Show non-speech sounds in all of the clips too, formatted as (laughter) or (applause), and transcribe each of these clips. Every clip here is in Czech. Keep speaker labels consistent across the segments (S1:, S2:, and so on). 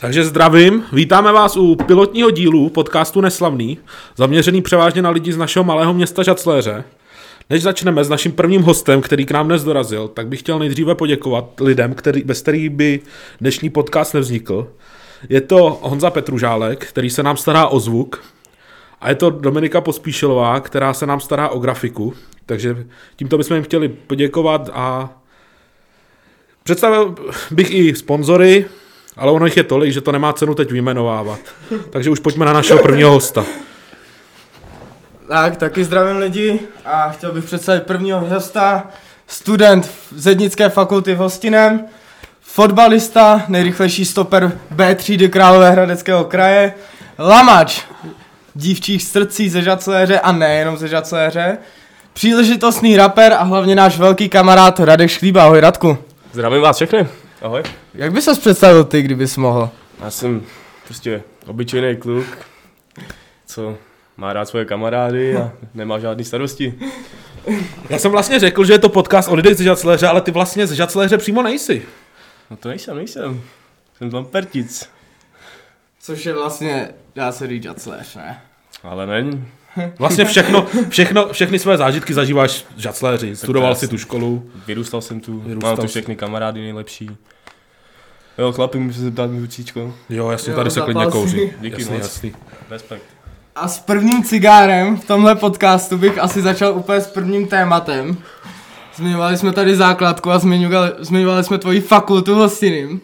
S1: Takže zdravím, vítáme vás u pilotního dílu podcastu Neslavný, zaměřený převážně na lidi z našeho malého města Žacléře. Než začneme s naším prvním hostem, který k nám dnes dorazil, tak bych chtěl nejdříve poděkovat lidem, který, bez kterých by dnešní podcast nevznikl. Je to Honza Petružálek, který se nám stará o zvuk, a je to Dominika Pospíšilová, která se nám stará o grafiku. Takže tímto bychom jim chtěli poděkovat a představil bych i sponzory, ale ono jich je tolik, že to nemá cenu teď vyjmenovávat. Takže už pojďme na našeho prvního hosta.
S2: Tak, taky zdravím lidi a chtěl bych představit prvního hosta, student Zednické fakulty v Hostinem, fotbalista, nejrychlejší stoper B třídy Královéhradeckého kraje, lamač dívčích srdcí ze Žacléře a nejenom ze Žacléře, příležitostný rapper a hlavně náš velký kamarád Radek Šklíba. Ahoj Radku.
S3: Zdravím vás všechny. Ahoj.
S2: Jak by ses představil ty, kdybys mohl?
S3: Já jsem prostě obyčejný kluk, co má rád svoje kamarády a nemá žádný starosti.
S1: Já jsem vlastně řekl, že je to podcast o lidech z Žacléře, ale ty vlastně z Žacléře přímo nejsi.
S3: No to nejsem, nejsem. Jsem tam pertic.
S2: Což je vlastně, dá se říct Žacléř, ne?
S3: Ale není.
S1: Vlastně všechno, všechno, všechny své zážitky zažíváš v Žacléři. Studoval si
S3: krásný.
S1: tu školu.
S3: Vyrůstal jsem tu,
S1: Vyrůstal
S3: mám tu
S1: jsi.
S3: všechny kamarády nejlepší. Jo, chlapi, můžu se ptát mi ručičko.
S1: Jo, jasně,
S2: Jo,
S1: tady se klidně
S2: zapal si.
S1: kouří.
S3: Díky
S1: jasný,
S3: moc.
S1: jasný.
S3: Respekt.
S2: A s prvním cigárem v tomhle podcastu bych asi začal úplně s prvním tématem. Zmiňovali jsme tady základku a zmiňovali, zmiňovali jsme tvoji fakultu v Hostiným.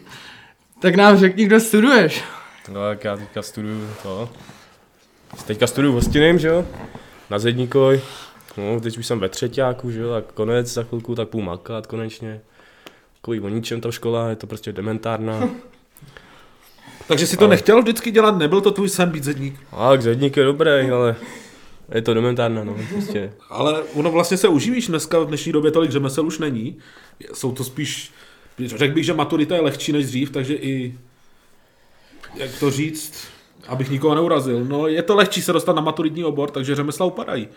S2: Tak nám řekni, kdo studuješ.
S3: No tak já teďka studuju to. Teďka studuju v Hostiným, že jo? Na Zedníkoj. No, teď už jsem ve třetíku, že jo, tak konec za chvilku, tak půl makat konečně. Takový o ničem ta škola, je to prostě (laughs) dementárna.
S1: Takže si to
S3: Ale-
S1: nechtěl vždycky dělat, nebyl to tvůj sen být zedník.
S3: A k Zedník je dobrý, ale je to dementárna, no, prostě.
S1: Ale ono vlastně se uživíš dneska, v dnešní době tolik řemesel už není. Jsou to spíš, řekl bych, že maturita je lehčí než dřív, takže i, jak to říct, abych nikoho neurazil. No je to lehčí se dostat na maturitní obor, takže řemesla upadají.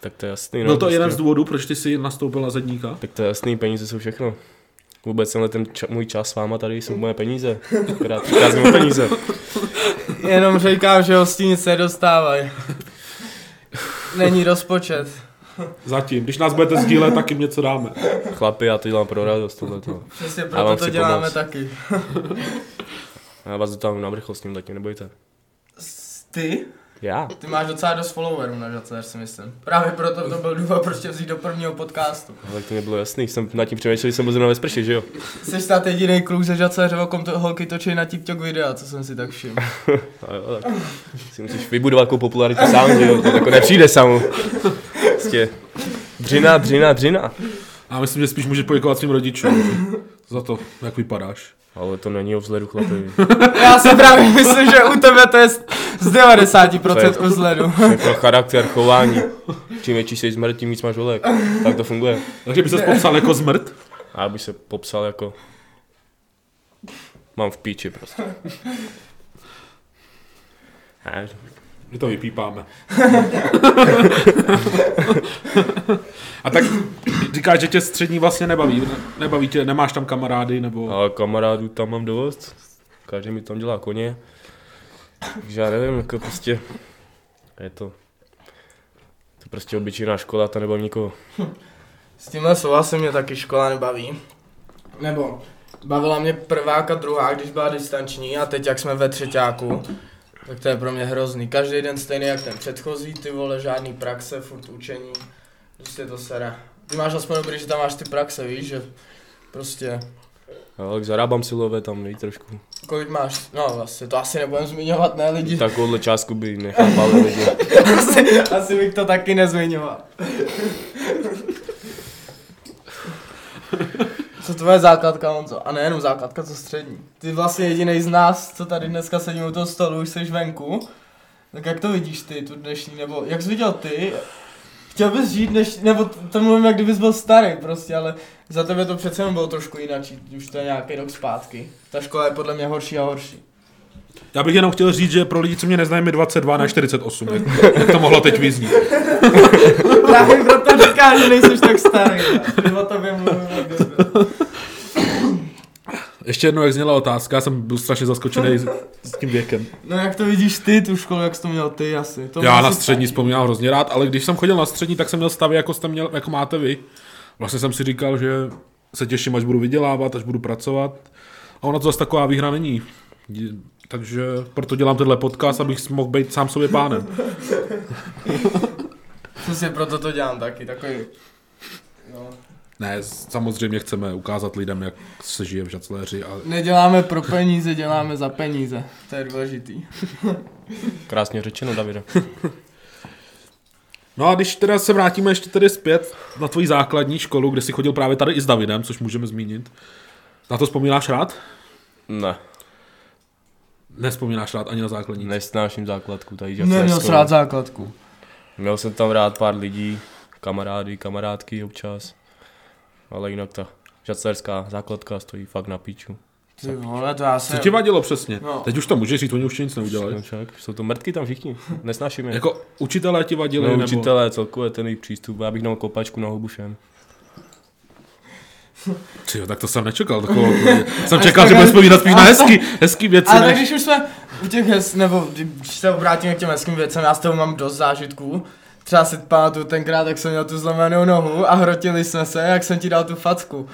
S3: Tak to je jasný, no.
S1: Byl to
S3: prostě.
S1: jeden z důvodů, proč ty jsi nastoupil na zedníka.
S3: Tak to je jasný, peníze jsou všechno. Vůbec tenhle ten ča- můj čas s váma tady jsou moje peníze. Akorát přicházím o peníze.
S2: Jenom říkám, že hostinice nedostávají. Není rozpočet.
S1: Zatím, když nás budete sdílet, tak jim něco dáme.
S3: Chlapi, já to dělám pro radost tohleto.
S2: Přesně
S3: Já
S2: proto
S3: vám
S2: to
S3: chci
S2: děláme
S3: pomoct.
S2: taky.
S3: Já vás dotáhnu na vrchol s tím letím, nebojte.
S2: S- Ty?
S3: Já?
S2: Ty máš docela dost followerů na Žacléř, si myslím. Právě proto to byl důvod, proč tě vzít do prvního podcastu.
S3: Ale No, to mě bylo jasný, jsem nad tím přemýšlel, že jsem byl zrovna ve sprši, že jo?
S2: Jsi snad jediný kluk ze Žacléře, o kom to holky točí na TikTok videa, co jsem si tak všiml.
S3: A jo, tak si musíš vybudovat jako popularitu sám, že jo? To jako nepřijde samo. Prostě. Dřina, dřina, dřina.
S1: A myslím, že spíš můžeš poděkovat svým rodičům za to, jak vypadáš.
S3: Ale to není o vzhledu, chlapi.
S2: Já si právě myslím, že u tebe to je z z
S3: To
S2: 90% uzledu.
S3: To je pro charakter, chování. Čím větší jsi zmrt, tím víc máš volek. Tak to funguje.
S1: Takže by se popsal jako zmrt?
S3: A já bych se popsal jako... Mám v píči prostě. Ne,
S1: My to vypípáme. (laughs) A tak říkáš, že tě střední vlastně nebaví. ne- Nebaví tě, nemáš tam kamarády, nebo...
S3: ale kamarádů tam mám dost. Každý mi tam dělá koně. Takže já nevím, jako prostě... Je to... To prostě obyčejná škola, ta nebaví nikoho.
S2: S tímhle souhlasem mě taky škola nebaví. Nebo bavila mě prváka, druhá, když byla distanční a teď jak jsme ve třetíku, tak to je pro mě hrozný. Každý den stejný jak ten předchozí, ty vole, žádný praxe, furt učení. Prostě to sere. Ty máš aspoň dobrý, že tam máš ty praxe, víš, že prostě
S3: Jo, tak zarábám silové tam, nej trošku.
S2: kolik máš, no vlastně to asi nebudem zmiňovat, ne lidi,
S3: Takovouhle částku by nechápali lidi.
S2: asi, asi bych to taky nezmiňoval. Co tvoje základka, Honzo? A nejenom základka, co střední. Ty vlastně jediný z nás, co tady dneska sedím u toho stolu, už jsi venku. Tak jak to vidíš ty, tu dnešní, nebo jak jsi viděl ty? Chtěl bys žít než, nebo t- to mluvím, jak kdybys byl starý prostě, ale za tebe to přece jenom bylo trošku jinak, už to je nějaký rok zpátky. Ta škola je podle mě horší a horší.
S1: Já bych jenom chtěl říct, že pro lidi, co mě neznají, mi 22 na 48, jak, jak to mohlo teď vyznít.
S2: Právě proto říká, že nejsi tak starý. Nebo to by mluvil.
S1: Ještě jednou, jak zněla otázka, já jsem byl strašně zaskočený s, s tím věkem.
S2: No jak to vidíš ty, tu školu, jak jsi to měl ty asi. To
S1: Já
S2: asi
S1: na střední vzpomínám hrozně rád, ale když jsem chodil na střední, tak jsem měl stavy, jako, jste měl, jako máte vy. Vlastně jsem si říkal, že se těším, až budu vydělávat, až budu pracovat. A ona to zase taková výhra není. Je- Takže proto dělám tenhle podcast, abych mohl být sám sobě pánem.
S2: Přesně proto to dělám taky, takový. No.
S1: Ne, samozřejmě chceme ukázat lidem, jak se žije v Žacléři a
S2: Neděláme pro peníze, děláme za peníze. To je důležitý.
S3: Krásně řečeno, Davide.
S1: No a když teda se vrátíme ještě tedy zpět na tvoji základní školu, kde jsi chodil právě tady i s Davidem, což můžeme zmínit. Na to vzpomínáš rád?
S3: Ne,
S1: Nespomínáš rád ani na základní.
S3: nesnáším základku tady. žádnou
S2: Neměl
S3: hezkou.
S2: jsi rád základku.
S3: Měl jsem tam rád pár lidí, kamarády, kamarádky občas. Ale jinak ta žaclerská základka stojí fakt na píču.
S2: Ty vole, to já
S1: Co
S2: jsem...
S1: ti vadilo přesně? No.
S2: No.
S1: Teď už to můžeš říct, oni už ti nic neudělají.
S3: No čak, jsou to mrtky tam všichni, nesnáším je.
S1: Jako učitelé ti vadili,
S3: No,
S1: nebo...
S3: učitelé, celkově ten jejich přístup, já bych dal kopačku na hubu všem.
S1: Tyjo, tak to jsem nečekal. Takovou... odpověď. jsem čekal, že budeš vzpomínat spíš na hezký, hezký věci.
S2: Ale tak
S1: než...
S2: když už jsme u těch hez, nebo když se obrátíme k těm hezkým věcem, já s tebou mám dost zážitků. Třeba si pamatuju tenkrát, jak jsem měl tu zlomenou nohu a hrotili jsme se, jak jsem ti dal tu facku.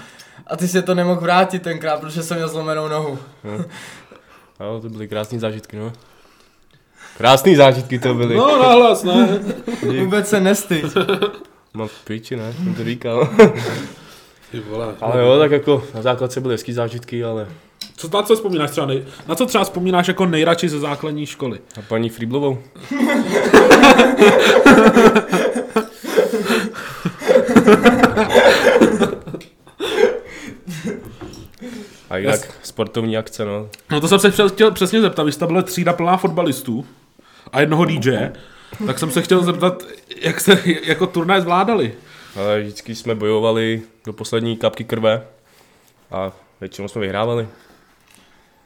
S2: A ty si to nemohl vrátit tenkrát, protože jsem měl zlomenou nohu.
S3: Jo, to byly krásné zážitky, no. Krásné zážitky to byly.
S1: No, nahlas, ne.
S2: Vůbec se nestyď.
S3: Mám v piči, ne? Jsem to říkal.
S1: Ty vole.
S3: (laughs) ale jo, tak jako na základce byly hezký zážitky, ale
S1: Co, na co vzpomínáš třeba? Nej... Na co třeba vzpomínáš jako nejradši ze základní školy?
S3: na paní Frýblovou. A jinak sportovní akce, no.
S1: No to jsem se přes- chtěl přesně zeptat, vy jste byli třída plná fotbalistů a jednoho DJ, tak jsem se chtěl zeptat, jak se jako turnaj zvládali.
S3: Ale vždycky jsme bojovali do poslední kapky krve a většinou jsme vyhrávali.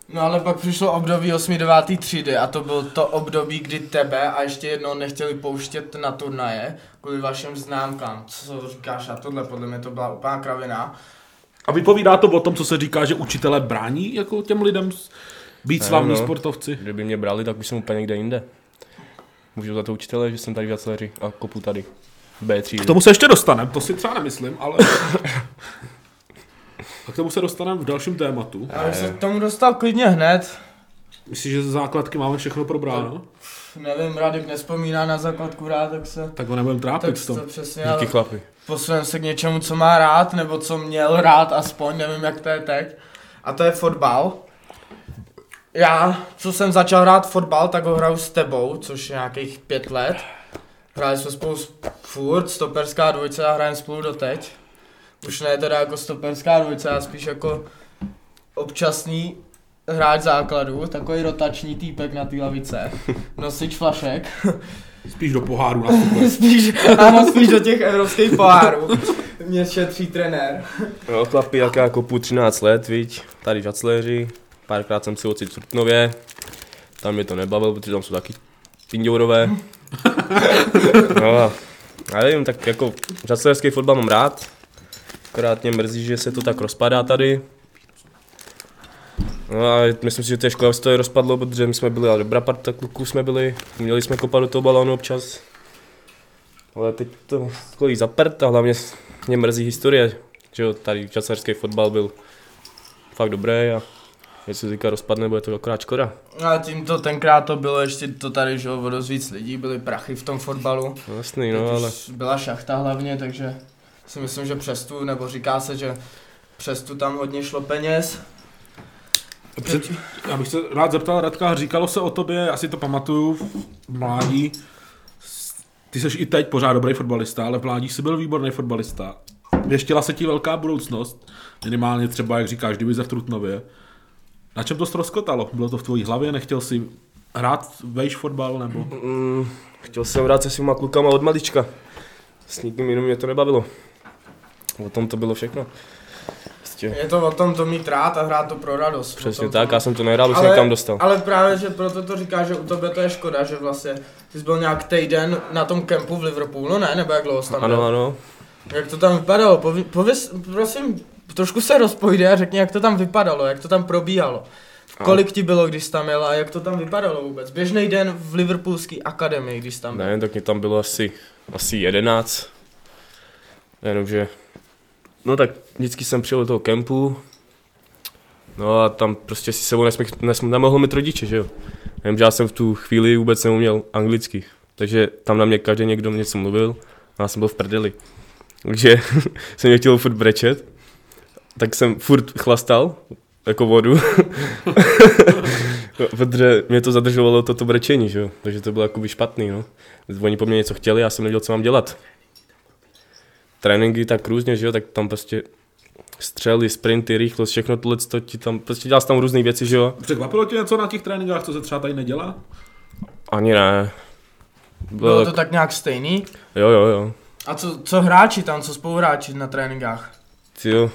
S2: No ale pak přišlo období 8. 9. třídy a to bylo to období, kdy tebe a ještě jednou nechtěli pouštět na turnaje kvůli vašim známkám. Co říkáš a tohle podle mě to byla úplná kravina.
S1: A vypovídá to o tom, co se říká, že učitele brání jako těm lidem s- být slavní
S3: no.
S1: sportovci.
S3: Kdyby mě brali, tak už jsem úplně někde jinde. Můžu za to učitele, že jsem tady v Jacleři a kopu tady. B3.
S1: K tomu se ještě dostaneme, to si třeba nemyslím, (laughs) ale... A k tomu se dostaneme v dalším tématu.
S2: Já bych se k tomu dostal klidně hned.
S1: Myslím, že ze základky máme všechno probráno,
S2: Nevím, Radek nespomíná na základku rád, tak se...
S1: tak ho nebudem
S2: Tak
S1: trápit v
S2: to
S1: tom.
S2: přesně, ale
S3: Díky chlapi.
S2: posuneme se k něčemu, co má rád, nebo co měl rád aspoň, nevím jak to je teď. A to je fotbal. Já, co jsem začal hrát fotbal, tak ho hraju s tebou, což je nějakých pět let. Hráli jsme spolu s- furt, stoperská dvojce a hrajeme spolu doteď. Už ne teda jako stoperská dvojce, já spíš jako občasný hráč základu, takový rotační týpek na té lavice, nosič flašek.
S1: Spíš do poháru nastupuje.
S2: Spíš, ano, spíš do těch evropských pohárů. Mě šetří trenér.
S3: No chlapi, jak já kopu 13 let, viď, tady v Jacleři. Párkrát jsem si ocit v Trutnově. Tam mě to nebavilo, protože tam jsou taky pindourové. No a já nevím, tak jako žaclerský fotbal mám rád. Akorát mě mrzí, že se to tak rozpadá tady. No a myslím si, že té škola se to je rozpadlo, protože my jsme byli, ale dobrá parta kluků jsme byli. Měli jsme kopat do toho balónu občas. Ale teď to kolí zaprt a hlavně s- mě mrzí historie, že jo, tady čacerský fotbal byl fakt dobrý a jestli se teďka rozpadne, bude to akorát škoda.
S2: A tím to tenkrát to bylo ještě to tady, že o dost víc lidí, byly prachy v tom fotbalu.
S3: No jasný,
S2: Teď
S3: no
S2: už
S3: ale
S2: Byla šachta hlavně, takže si myslím, že přes tu, nebo říká se, že přes tu tam hodně šlo peněz.
S1: Před, já bych se rád zeptal Radka, říkalo se o tobě, asi to pamatuju, v mládí, s- ty jsi i teď pořád dobrý fotbalista, ale v mládí jsi byl výborný fotbalista. Věštila se ti velká budoucnost, minimálně třeba, jak říkáš, divize v Trutnově. Na čem to ztroskotalo? Bylo to v tvojí hlavě, nechtěl jsi hrát vejš fotbal, nebo
S3: mm, chtěl jsem hrát se svýma klukama od malička. S nikým jiným mě to nebavilo. O tom to bylo všechno. Prostě.
S2: Je to o tom to mít rád a hrát to pro radost.
S3: Přesně
S2: Potom
S3: tak,
S2: to...
S3: já jsem to nehrál, abych se někam dostal.
S2: ale právě, že proto to říká, že u tebe to je škoda, že vlastně ty jsi byl nějak týden na tom kempu v no Liverpoolu, ne? Nebo jak dlouho jsi tam byl?
S3: Ano, ano.
S2: Jak to tam vypadalo? Povi, pověs, prosím, trošku se rozpojde a řekni, jak to tam vypadalo, jak to tam probíhalo. Kolik ti bylo, když jsi tam jel a jak to tam vypadalo vůbec? Běžný den v Liverpoolské akademii, když jsi tam byl.
S3: Ne, tak mě tam bylo asi, asi jedenáct. Jenomže, no tak vždycky jsem přijel do toho kempu, no a tam prostě si sebou nesmí, nesmí, nemohl mít rodiče, že jo. Jenomže já jsem v tu chvíli vůbec neuměl anglicky, takže tam na mě každý někdo něco mluvil a já jsem byl v prdeli. Takže (laughs) jsem mě chtěl furt brečet, tak jsem furt chlastal, jako vodu, (laughs) protože mě to zadržovalo toto brečení, že jo. Takže to bylo jakoby špatný, no. Oni po mně něco chtěli, já jsem nevěděl, co mám dělat. Tréninky tak různě, že jo, tak tam prostě střely, sprinty, rychlost, všechno tohle, to ti tam, prostě dělal jsi tam různé věci, že jo.
S1: Překvapilo tě něco na těch tréninkách, co se třeba tady nedělá?
S3: Ani ne.
S2: Bylo to tak nějak stejný?
S3: Jo, jo, jo.
S2: A co, co hráči tam, co spoluhráči na tréninkách?
S3: Ty jo.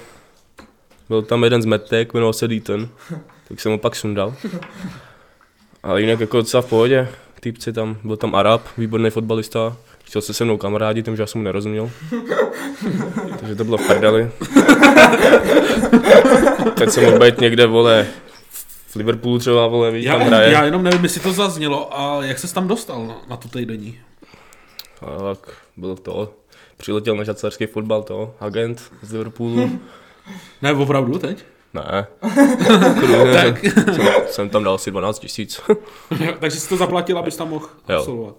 S3: Byl tam jeden zmetek, jmenoval se Deaton, tak jsem ho pak sundal. Ale jinak jako docela v pohodě, týpci tam, byl tam Arab, výborný fotbalista, chtěl se se mnou kamarádi, tím, že já jsem mu nerozuměl. Takže to bylo v prdeli. Teď jsem mohl být někde, vole, v Liverpoolu třeba, vole, víš,
S1: Já,
S3: tam hraje.
S1: já jenom nevím, jestli to zaznělo, a jak ses tam dostal na, na tu týdenní?
S3: A tak byl to, přiletěl na žacarský fotbal, to, agent z Liverpoolu.
S1: Ne, opravdu
S3: (laughs)
S1: teď?
S3: Ne. Kruhu,
S1: Tak.
S3: jsem, jsem, tam dal asi 12 tisíc.
S1: Takže jsi to zaplatil, abys tam mohl
S3: Jo.
S1: absolvovat.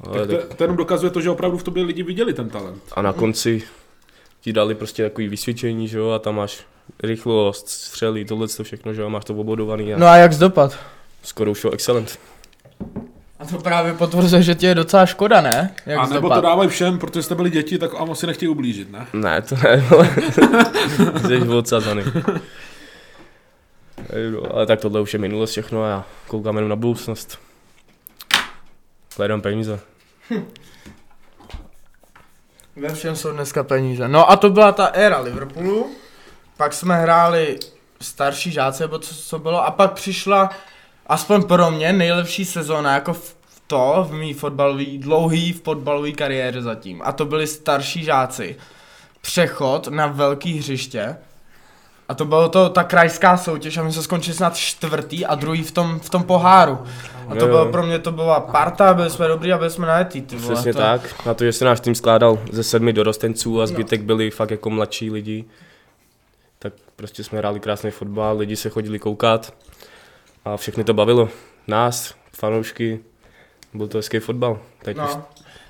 S3: Ale tak-
S1: To, to jenom dokazuje to, že opravdu v tobě lidi viděli ten talent.
S3: A na konci ti dali prostě takový vysvědčení, že jo, a tam máš rychlost, střely, tohle to všechno, že jo, máš to obodovaný a no.
S2: No a jak zdopad?
S3: skoro už jo, excellent.
S2: A to právě potvrzuje, že ti je docela škoda, ne? Jak
S1: a nebo to dávají všem, protože jste byli děti, tak vám asi nechtějí ublížit, ne?
S3: Ne, to ne, (laughs) ale jsi odsazaný. Ej, no, Ale tak tohle už je minulost všechno a já koukám jenom na budoucnost. Hledám peníze.
S2: Ve všem jsou dneska peníze. No a to byla ta éra Liverpoolu. Pak jsme hráli starší žáci, nebo co, co bylo. A pak přišla, aspoň pro mě, nejlepší sezóna, jako v v to, v mý fotbalový, dlouhý fotbalový kariéře zatím. A to byli starší žáci. Přechod na velký hřiště. A to bylo to, ta krajská soutěž a my jsme skončili snad čtvrtý a druhý v tom, v tom poháru. A to
S3: Jo,
S2: bylo
S3: jo.
S2: pro mě to byla parta, byli jsme dobrý a byli jsme najetý. Ty vole,
S3: Přesně
S2: No to...
S3: tak, na to, že se náš tým skládal ze sedmi dorostenců a zbytek byli fakt jako mladší lidi, tak prostě jsme hráli krásný fotbal, lidi se chodili koukat a všechny to bavilo. Nás, fanoušky, byl to hezký fotbal. Teď no. už,
S2: No,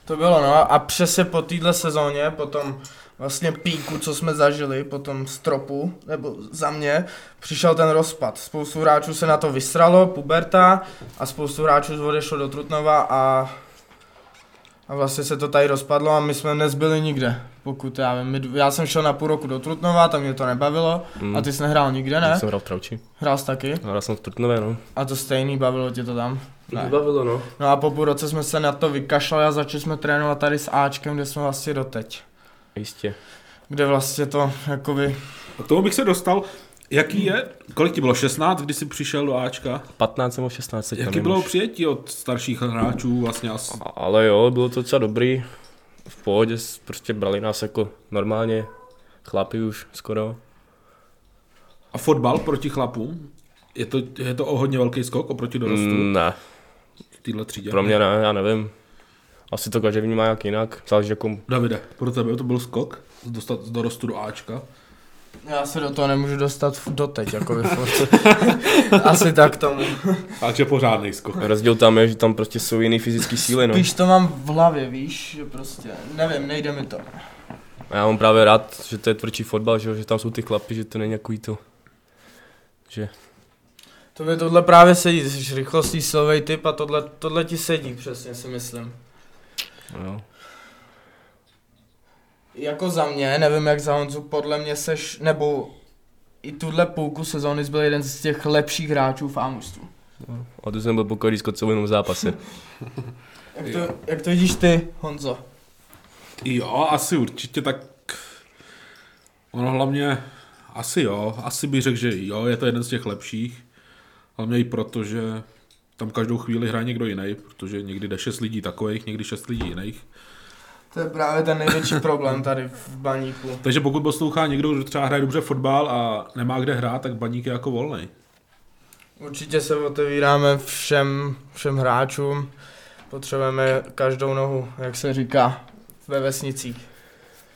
S2: to bylo no a přesně po téhle sezóně, po tom vlastně píku, co jsme zažili, po tom stropu, nebo za mě, přišel ten rozpad. Spoustu hráčů se na to vysralo, puberta a spoustu hráčů odešlo do Trutnova a, a vlastně se to tady rozpadlo a my jsme nezbyli nikde. Pokud já vím, my, dv- já jsem šel na půl roku do Trutnova, tam mě to nebavilo
S3: mm,
S2: a ty jsi nehrál nikde, ne?
S3: Jsem hrál v Trauči,
S2: Hrál jsi taky?
S3: hrál jsem v Trutnově, no.
S2: A to stejný, bavilo tě to tam? Ne.
S3: Bavilo, no.
S2: No a po půl roce jsme se na to vykašlali a začali jsme trénovat tady s Ačkem, kde jsme vlastně doteď.
S3: Jistě.
S2: Kde vlastně to, jakoby,
S1: A k tomu bych se dostal, jaký je, kolik ti bylo, 16, když jsi přišel do Ačka?
S3: 15 nebo 16 tam
S1: Jaký
S3: jim
S1: bylo
S3: už.
S1: přijetí od starších hráčů vlastně? A s-
S3: A- Ale jo, bylo to docela dobrý. V pohodě, s- prostě brali nás jako normálně, chlapi už skoro.
S1: A fotbal proti chlapům? Je to, je to o hodně velký skok oproti dorostu mm.
S3: Mm, ne,
S1: v této třídě?
S3: Pro mě ne, já nevím. Asi to každý vnímá jak jinak. Záleží jako...
S1: Davide, pro tebe to byl skok z dostat z dorostu do Ačka.
S2: já se do toho nemůžu dostat f- doteď, jakoby, furt. Asi tak tomu.
S1: Takže pořádný skok.
S3: Rozdíl tam je, že tam prostě jsou jiný fyzické síly, no.
S2: Spíš to mám v hlavě, víš, že prostě, nevím, nejde mi to.
S3: A já mám právě rád, že to je tvrdší fotbal, že, jo, že tam jsou ty chlapy, že to není jako to. Že...
S2: To mi tohle právě sedí, jsi rychlostní silový typ a tohle, tohle ti sedí přesně, si myslím.
S3: No.
S2: Jako za mě, nevím jak za Honzu, podle mě seš, nebo i tuhle půlku sezóny jsi byl jeden z těch lepších hráčů v Amustu.
S3: A to jsem byl pokorý s kocovým v zápase.
S2: Jak to, jak to vidíš ty, Honzo?
S1: Jo, asi určitě tak... Ono hlavně... Asi jo, asi bych řekl, že jo, je to jeden z těch lepších. Hlavně i proto, že tam každou chvíli hraje někdo jiný, protože někdy jde šest lidí takových, někdy šest lidí jiných.
S2: To je právě ten největší problém tady v baníku.
S1: Takže pokud poslouchá někdo, kdo třeba hraje dobře fotbal a nemá kde hrát, tak baník je jako volný.
S2: Určitě se otevíráme všem, všem hráčům. Potřebujeme každou nohu, jak se říká, ve vesnicích.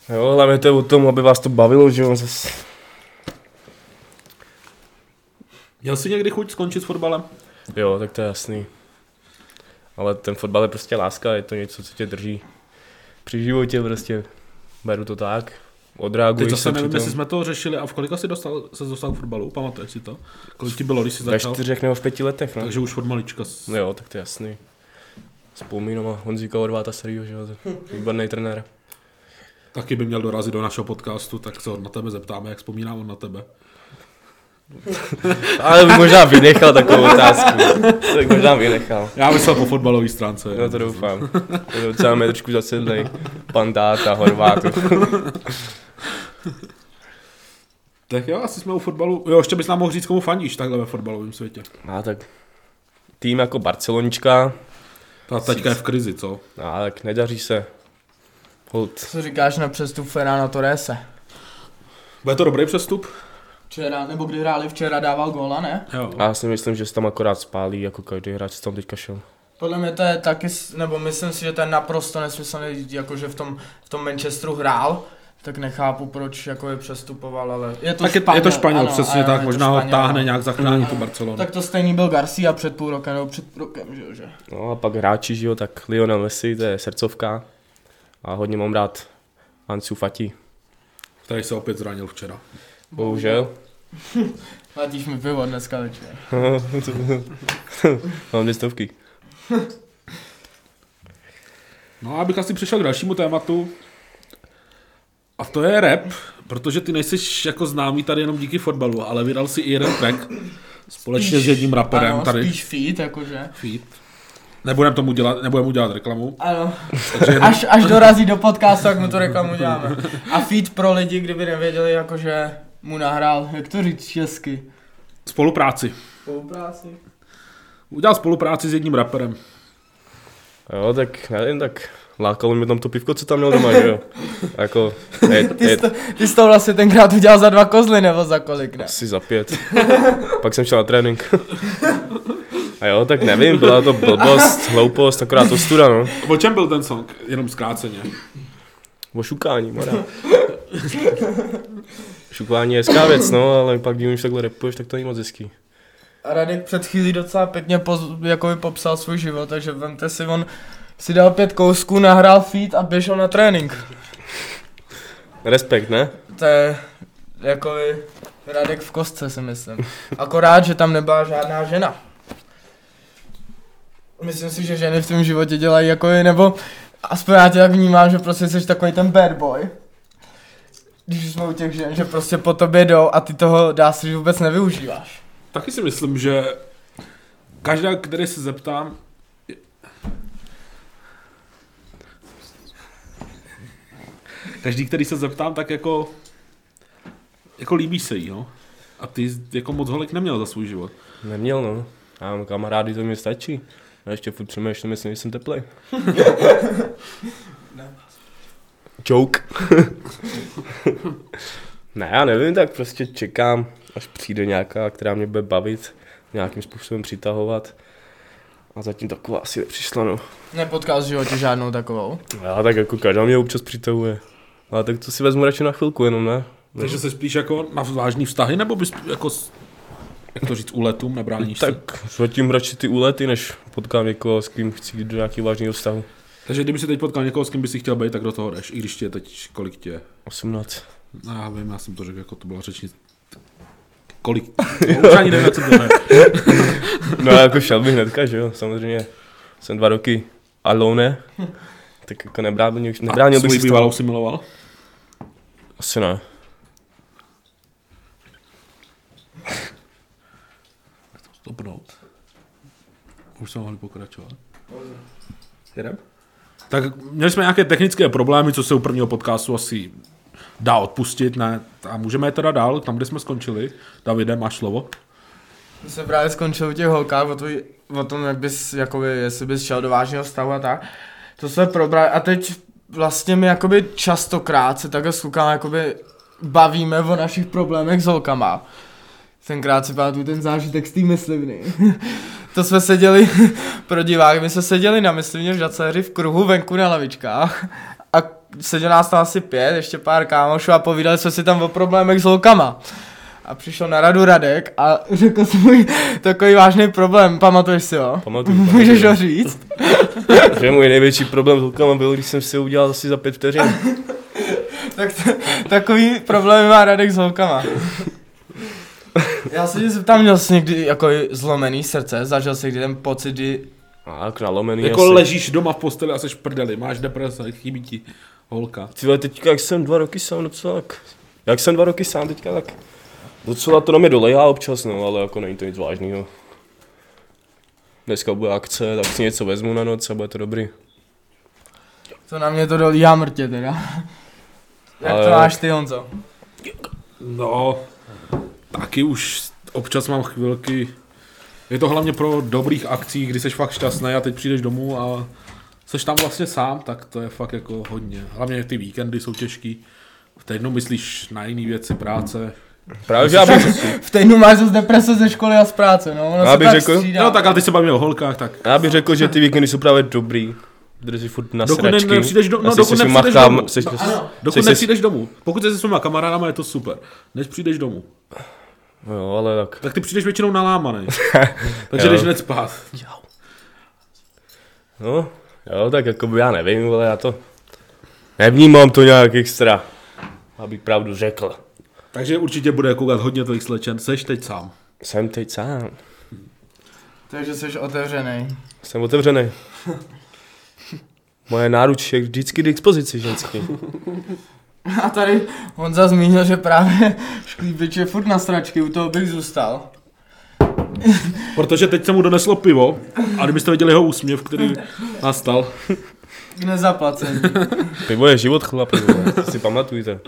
S3: (laughs) Jo, hlavně to je o tom, aby vás to bavilo, že jo, zase.
S1: Měl jsi někdy chuť skončit s fotbalem?
S3: Jo, tak to je jasný. Ale ten fotbal je prostě láska, je to něco, co tě drží při životě prostě. Beru to tak,
S1: Teď
S3: odreaguji
S1: zase
S3: se
S1: nevím, jestli
S3: přitom.
S1: jsme to řešili a v kolika jsi dostal, se dostal k fotbalu, pamatuješ si to? Kolik ti bylo, když jsi
S3: Ve
S1: začal?
S3: čtyřech nebo v pěti letech, no.
S1: Takže už od malička. s-
S3: No jo, tak to je jasný. Vzpomínám a Honzíka Horváta starýho, že jo, to je výborný trenér.
S1: Taky by měl dorazit do našeho podcastu, tak se ho na tebe zeptáme, jak vzpomíná on na tebe.
S3: Ale bych možná vynechal takovou otázku. Tak možná vynechal.
S1: Já myslel po fotbalové stránce.
S3: No to doufám. To je docela mě trošku zasedlej. Pan táta Horvátu.
S1: Tak jo, asi jsme u fotbalu. Jo, ještě bys nám mohl říct, komu fandíš takhle ve fotbalovém světě.
S3: No A tak tým jako Barcelonička, no
S1: Ta teďka je v krizi, co?
S3: a tak nedaří se. Hold.
S2: Co říkáš na přestup Ferrana Torrese?
S1: Bude to dobrý přestup?
S2: Včera, nebo kdy hráli včera, dával góla, ne?
S1: Jo.
S3: A já si myslím, že se tam akorát spálí, jako každý hráč co tam teďka šel.
S2: Podle mě to je taky, s- nebo myslím si, že to je naprosto nesmyslný, jakože v tom, v tom Manchesteru hrál, tak nechápu, proč jako je přestupoval, ale je to
S1: tak je,
S2: Španěl,
S1: je to Španěl,
S2: ano,
S1: přesně
S2: ano, je
S1: tak,
S2: to
S1: možná ho
S2: Španěl,
S1: táhne
S2: ano.
S1: nějak zachránit tu
S2: Ano.
S1: Barcelonu.
S2: Tak to stejný byl Garcia před půl rokem, nebo před rokem, že jo, že?
S3: No a pak hráči, že jo, tak Lionel Messi, to je srdcovka. A hodně mám rád Ansu Fati.
S1: Tady se opět zranil včera.
S3: Bohužel.
S2: Platíš mi pivo dneska večer.
S3: (laughs) Mám dvě stovky.
S1: No a abych asi přešel k dalšímu tématu. A to je rap, protože ty nejsi jako známý tady jenom díky fotbalu, ale vydal si i jeden track společně s jedním raperem
S2: ano,
S1: tady.
S2: spíš feed, jakože.
S1: Feed. Nebudem tomu dělat, nebudem mu dělat reklamu.
S2: Ano, až, až dorazí do podcastu, tak mu to reklamu děláme. A feed pro lidi, kdyby nevěděli, jakože mu nahrál, jak to říct česky?
S1: Spolupráci.
S2: Spolupráci.
S1: Udělal spolupráci s jedním raperem.
S3: Jo, tak nevím, tak lákalo mě tam to pivko, co tam měl doma, že jo.
S2: (laughs)
S3: Jako, je,
S2: Ty
S3: je,
S2: jsi, to, ty jsi to vlastně tenkrát udělal za dva kozly, nebo za kolik, ne?
S3: asi za pět. Pak jsem šel na trénink. A jo, tak nevím, byla to blbost, hloupost, akorát to studa, no.
S1: O čem byl ten song? Jenom zkráceně.
S3: O
S2: (laughs)
S3: šukání, mora. Šukání je hezká věc, no, ale pak když už takhle repuješ, tak to není moc hezký.
S2: A Radek před chvílí docela pěkně poz, jakoby popsal svůj život, takže vemte si, on si dal pět kousků, nahrál feed a běžel na trénink.
S3: Respekt, ne?
S2: To je jakoby Radek v kostce si myslím. Akorát, že tam nebyla žádná žena. Myslím si, že ženy v tom životě dělají jakoby, nebo aspoň já tě tak vnímám, že prostě jsi takový ten bad boy. Když jsme u těch žen, že prostě po tobě jdou a ty toho dá si, že vůbec nevyužíváš.
S1: Taky si myslím, že každá, který se zeptám, každý, který se zeptám, tak jako jako líbí se jí, no. A ty jako moc holek neměl za svůj život.
S3: Neměl, no. Já mám kamarády, to mi stačí. A ještě furt přemýšlím, jestli
S1: (laughs)
S3: nejsem teplej. Joke. (laughs) ne, já nevím, tak prostě čekám, až přijde nějaká, která mě bude bavit, nějakým způsobem přitahovat. A zatím taková asi nepřišla, no.
S2: Nepotkal jsi v životě žádnou takovou.
S3: Já tak jako každá mě občas přitahuje. Ale tak to si vezmu radši na chvilku jenom, ne?
S1: Takže se spíš jako na vážný vztahy, nebo bys jako, s- jak to říct, úletům nebráníš tak. se?
S3: Tak zatím radši ty úlety, než potkám někoho, s kým chci jít do nějakého vážného vztahu.
S1: Takže kdyby si teď potkal někoho, s kým bys si chtěl být, tak do toho jdeš, i když tě je teď, kolik tě je?
S3: 18.
S1: No, já vím, já jsem to řekl, jako to byla řečnice. Kolik? (laughs) No, už ani nevím, jak jsem to řekl.
S3: No jako šel bych hnedka, že jo, samozřejmě. Jsem dva roky alone, tak jako nebránil, nebránil
S1: A
S3: bych
S1: svoji
S3: si
S1: bývalou
S3: to.
S1: si miloval?
S3: Asi ne.
S1: Stopnout. Už jsme mohli pokračovat. Jedem? Tak měli jsme nějaké technické problémy, co se u prvního podcastu asi dá odpustit, ne? A můžeme je teda dál, tam, kde jsme skončili. Davide, máš slovo.
S2: My jsme právě skončili u těch holkách o, tvoj, o tom, jak bys, jakoby, jestli bys šel do vážného stavu a tak. To jsme probrali a teď vlastně my jakoby častokrát se takhle s klukama jakoby bavíme o našich problémech s holkama. Tenkrát si pamatuju ten zážitek z té myslivny. (laughs) to jsme seděli (laughs) pro divák, my jsme seděli na myslivně v Žaceři v kruhu venku na lavičkách a seděl nás tam asi pět, ještě pár kámošů a povídali jsme si tam o problémech s holkama. A přišel na radu Radek a řekl jsem mu takový vážný problém, pamatuješ si ho?
S1: (laughs)
S3: Pamatuju,
S2: Můžeš
S3: pamatuju.
S2: ho říct?
S3: Že můj největší problém s holkama byl, když jsem si je udělal asi za pět vteřin.
S1: (coughs)
S2: Tak t- takový problém má Radek s holkama. Já se tě zeptám, měl jsi někdy jako zlomený srdce? Zažil jsi kdy ten pocit, kdy...
S3: A jak nalomený
S1: Jako
S3: asi.
S1: ležíš doma v posteli a seš v prdeli, máš deprese, chybí ti holka.
S3: Ty vole, teďka jak jsem dva roky sám docela tak... Jak jsem dva roky sám teďka tak... Docela to na mě dolejá občas, no, ale jako není to nic vážného. Dneska bude akce, tak si něco vezmu na noc a bude to dobrý.
S2: To na mě to dolíhá mrtě teda. Jak
S3: Ale-
S2: to máš ty, Honzo?
S1: No, taky už občas mám chvilky. Je to hlavně pro dobrých akcí, kdy seš fakt šťastný a teď přijdeš domů a seš tam vlastně sám, tak to je fakt jako hodně. Hlavně ty víkendy jsou těžký. V týdnu myslíš na jiné věci, práce.
S3: Právě, že já bych,
S2: V týdnu máš zase deprese ze školy a z práce, no. Ono
S3: Já
S2: se
S3: bych
S2: tak
S3: řekl-
S2: střídá.
S1: No tak a ty se bavíme o holkách, tak
S3: já bych řekl, že ty víkendy jsou právě dobrý. Protože si furt na
S1: Dokud
S3: sračky.
S1: ne- nepřijdeš do- no,
S3: a jsi
S1: dokud
S3: se svýma
S1: nepřijdeš
S3: chám-
S1: domů. No,
S3: seš-
S2: ano.
S1: dokud
S3: seš-
S1: nepřijdeš domů. Pokud jsi se svýma kamarádama, je to super. Než přijdeš domů.
S3: Jo, ale tak.
S1: Tak ty přijdeš většinou nalámaný.
S3: (laughs)
S1: Takže
S3: Jo.
S1: jdeš hned spát.
S3: No, jo, tak jako by já nevím, ale já to nevnímám to nějak extra, abych pravdu řekl.
S1: Takže určitě bude koukat hodně tvých slečen. Seš teď sám.
S3: Jsem teď sám,
S2: Takže jsi otevřený.
S3: jsem otevřený. Moje náruč je vždycky k dispozici ženský.
S2: A tady Honza zmínil, že právě šklíbič je furt na sračky, u toho bych zůstal.
S1: Protože teď se mu doneslo pivo a kdybyste viděli jeho úsměv, který nastal.
S2: Nezaplacený.
S3: Pivo je život chlapi, vole, to si pamatujte.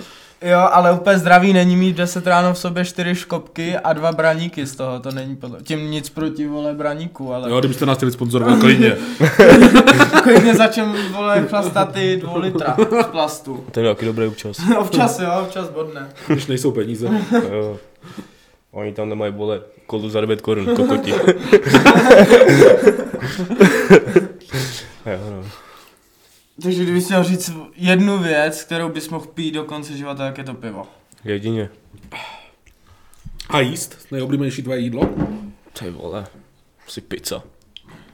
S2: Jo, ale úplně zdravý není mít 10 ráno v sobě 4 škopky a dva braníky z toho, to není podle... Tím nic proti, vole, braníku, ale...
S1: Jo, kdybyste nás chtěli sponzorovat, klidně.
S2: Klidně začem, vole, chlastat ty 2 litra z plastu. (laughs)
S3: To je nějaký dobrý občas.
S2: občas jo, občas bodne.
S1: Když nejsou peníze.
S3: (laughs) Jo. Oni tam nemají, vole, kolu za 9 korun, kokoti. jo, no.
S2: Takže kdybys měl říct jednu věc, kterou bys mohl pít do konce života, jak je to pivo.
S3: Jedině.
S1: A jíst? Nejoblíbenější tvoje jídlo?
S3: Ty vole, si pizza.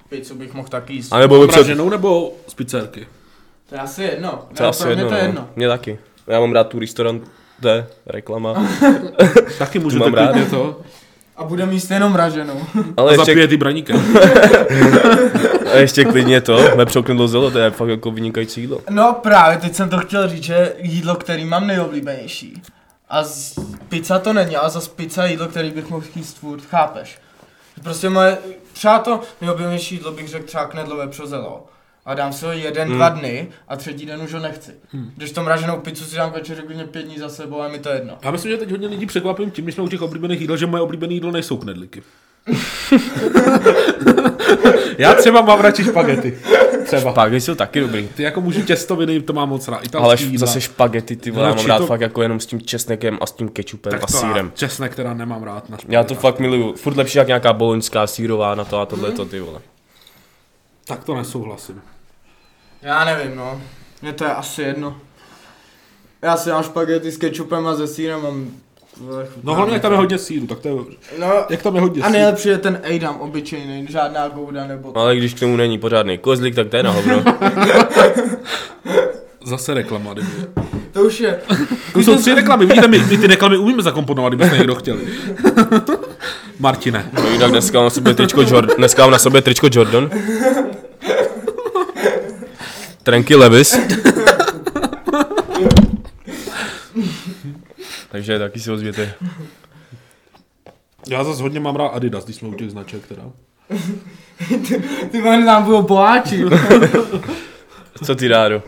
S2: Pizzu bych mohl taky jíst.
S3: A nebo by před,
S1: Praženou nebo z pizzerky?
S2: To je asi jedno.
S3: To je asi jedno,
S2: to je
S3: no.
S2: jedno.
S3: Mě taky. Já mám rád tu restaurant, to je
S2: (laughs)
S3: reklama.
S1: Taky můžete
S3: mám rád.
S1: klidně to.
S2: A budeme jíst jenom raženou.
S1: A
S3: Ale ještě,
S1: zapije ty braníkem.
S3: a ještě klidně to, nepřoknudlo zelo, to je fakt jako vynikající jídlo.
S2: No právě, teď jsem to chtěl říct, že jídlo, který mám nejoblíbenější. A z pizza to není, ale zase pizza je jídlo, který bych mohl jíst furt, chápeš? Prostě moje, třeba to nejoblíbenější jídlo bych řekl třeba knedlové přozelo. A dám si ho jeden,
S1: Hmm.
S2: dva dny a třetí den už ho nechci. Když to mraženou pizzu si dám večer klidně pět dní za sebou a je mi to jedno.
S1: Já myslím, že teď hodně lidí překvapím tím, když jsme u těch oblíbených jídel, že moje oblíbené jídlo nejsou
S3: (laughs)
S1: knedlíky. Já třeba mám radši špagety. Třeba.
S3: Špagety jsou taky dobrý.
S1: Ty jako můžu těstoviny, to mám moc rád. Italský
S3: Ale š-
S1: jídla.
S3: zase špagety, ty vole, já mám
S1: Radši
S3: rád
S1: to-
S3: fakt jako jenom s tím česnekem a s tím kečupem a
S1: to
S3: sírem.
S1: já Česnek, která nemám rád na špagety.
S3: Já to fakt miluju. Furt lepší jak nějaká boloňská sírová na to a tohle to ty vole.
S1: Tak to nesouhlasím.
S2: Já nevím, no. Mně to je asi jedno. Já si dám špagety s kečupem a ze sírem mám...
S1: No hlavně jak tam je hodně síru, tak to je...
S2: No,
S1: Jak tam je hodně
S2: A
S1: síru?
S2: nejlepší je ten Adam obyčejný, žádná gouda nebo...
S3: Ale když k tomu není pořádný kozlik, tak to je na hovno.
S1: Zase reklama, kdyby.
S2: To už je...
S1: To Jako jsou tři reklamy, vidíte, my, my ty reklamy umíme zakomponovat, kdybyste někdo chtěli. (laughs) Martine,
S3: No jinak dneska mám na sobě tričko Jordan. Dneska mám na sobě tričko Jordan. Trenky Levis. Takže taky si ozvěte.
S1: já zase hodně mám rád Adidas, když jsme u těch značek teda.
S2: Ty vole, nám budou boháči.
S3: Co ty rádo?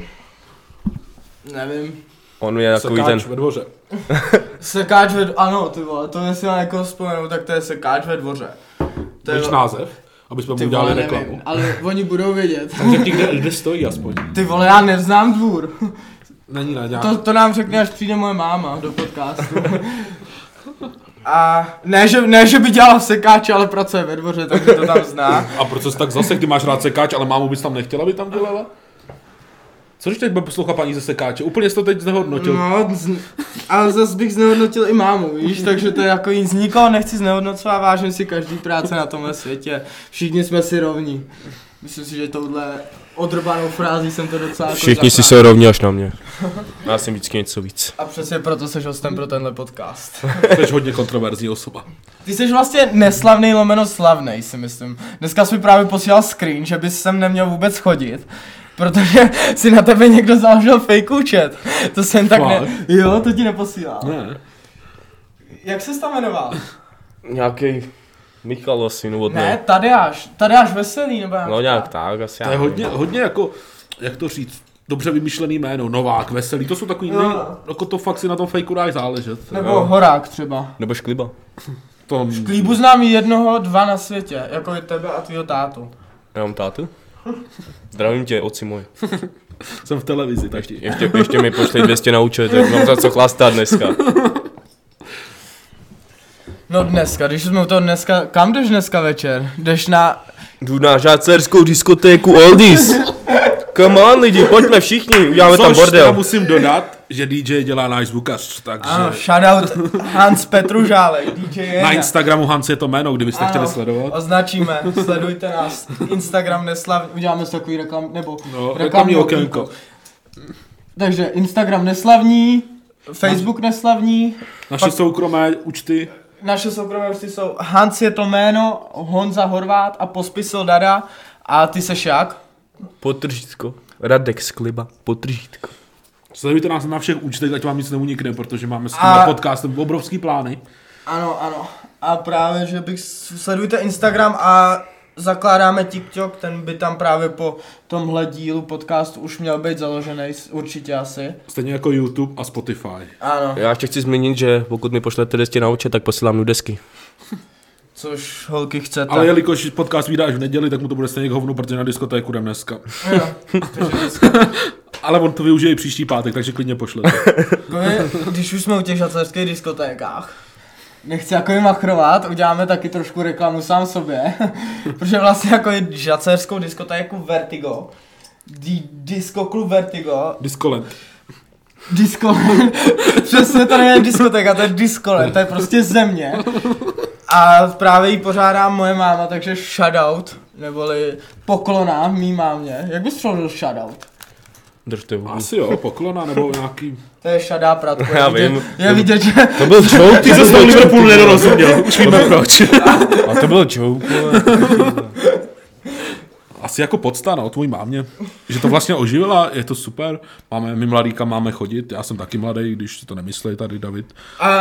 S2: Nevím.
S3: On je takový ten...
S1: Sekáč ve dvoře.
S2: Sekáč jako ve... Ano, ty vole, to jestli mám někoho vzpomenout, tak to je sekáč ve dvoře. To je...
S1: Víš název? aby jsme mu udělali reklamu.
S2: nevím, ale oni budou vědět.
S1: Řekni, kde, kde stojí aspoň.
S2: Ty vole, já neznám dvůr.
S1: Není na nějak.
S2: To, to nám řekne, až přijde moje máma do podcastu. A ne že, ne, že by dělala sekáče, ale pracuje ve dvoře, takže to tam zná.
S1: A proč jsi tak zase, ty máš rád sekáč, ale mámu bys tam nechtěla, aby tam dělala? Co když teď bude poslouchat paní ze sekáče? Úplně jsi to teď znehodnotil.
S2: No, z, ale zase bych znehodnotil i mámu, víš, takže to je jako nic, nikoho nechci znehodnocovat, vážím si každý práce na tomhle světě. Všichni jsme si rovní. Myslím si, že touhle odrbanou frází jsem to docela jako
S3: Všichni si
S2: zachránil.
S3: se rovni až na mě. Já jsem vždycky něco víc.
S2: A přesně proto jsi hostem pro tenhle podcast. (laughs)
S1: Jsi hodně kontroverzní osoba.
S2: Ty jsi vlastně neslavný lomeno slavnej, si myslím. Dneska jsi mi právě posílal screen, že bys sem neměl vůbec chodit. Protože si na tebe někdo založil fake účet. To jsem tak ne...
S1: Fakt?
S2: Jo, to ti neposílal.
S1: Ne.
S2: Jak se tam jmenoval?
S3: Nějaký Michal asi, nebo
S2: Ne, Tadeáš. Tadeáš Veselý, nebo jak?
S3: No nějak tak, asi.
S1: To je hodně, hodně jako, jak to říct, dobře vymyšlený jméno, Novák, Veselý, to jsou takový,
S2: No.
S1: nej, jako to fakt si na tom fejku dáš záležet.
S2: Nebo Horák třeba.
S3: Nebo škliba.
S1: To,
S2: Klíbu znám jednoho, dva na světě, jako je tebe a tvýho tátu.
S3: Já mám tátu? Zdravím tě, oci můj.
S1: jsem v televizi, takže.
S3: Ještě, ještě mi pošli 200 na účet, tak mám za co chlastat dneska.
S2: No dneska, když jsme u toho dneska, kam jdeš dneska večer? Jdeš na...
S3: Jdu na žácerskou diskotéku Oldies. Come on lidi, pojďme všichni, uděláme tam
S1: Což teda
S3: bordel.
S1: musím dodat, že DJ dělá náš zvukař, takže
S2: Ano, shoutout Hans Petružálek, DJ Jena.
S1: na Instagramu Hans je to jméno, kdybyste
S2: Ano,
S1: chtěli sledovat. (laughs)
S2: Označíme, sledujte nás. Instagram neslav, uděláme si takový reklam, nebo
S1: No, reklamní okénko.
S2: Takže Instagram neslavní, Facebook neslavní,
S1: Naše soukromé účty,
S2: naše soukromé účty jsou Hans je to jméno, Honza Horvát a Pospisil Dada a ty seš jak?
S3: Potržítko. Radek Skliba, potržítko.
S1: sledujte nás na všech účtech, ať vám nic neunikne, protože máme s tím
S2: A-
S1: podcastem obrovský plány.
S2: Ano, ano. A právě, že bych, s- sledujte Instagram a zakládáme TikTok, ten by tam právě po tomhle dílu podcastu už měl být založený, s- určitě asi.
S1: Stejně jako YouTube a Spotify.
S2: Ano.
S3: Já ještě chci zmínit, že pokud mi pošlete 200 na účet, tak posílám nudesky.
S2: Což holky chcete.
S1: Ale jelikož podcast vyjde až v neděli, tak mu to bude stejně k hovnu, protože na diskotéku jdem dneska.
S2: Jo.
S1: Ale on to využije i příští pátek, takže klidně pošlete. (laughs)
S2: Jakoby, Jako když už jsme u těch žacerských diskotékách, nechci jako jim machrovat, uděláme taky trošku reklamu sám sobě, (laughs) protože vlastně jako je žacerskou diskotéku Vertigo, di- disco klub Vertigo,
S1: Discoland.
S2: disco, (laughs) přesně to není diskotéka, to je diskole, to je prostě země. A právě ji pořádá moje máma, takže shoutout, neboli poklona mý mámě. Jak bys přeložil shoutout?
S3: Držte hubu.
S1: Asi jo, poklona nebo nějaký...
S2: To je šadá pratku.
S3: Já
S2: je vidět-
S3: vím.
S2: Je vidět, že
S3: To byl joke, ty
S1: Zase Liverpool nedorozuměl, (laughs) už víme proč.
S3: A to byl joke, vole.
S1: Asi jako podsta, no, tvůj mámě. Že to vlastně oživila, je to super. Máme, my mladíka máme chodit, já jsem taky mladý, když si to nemyslí tady David.
S2: A,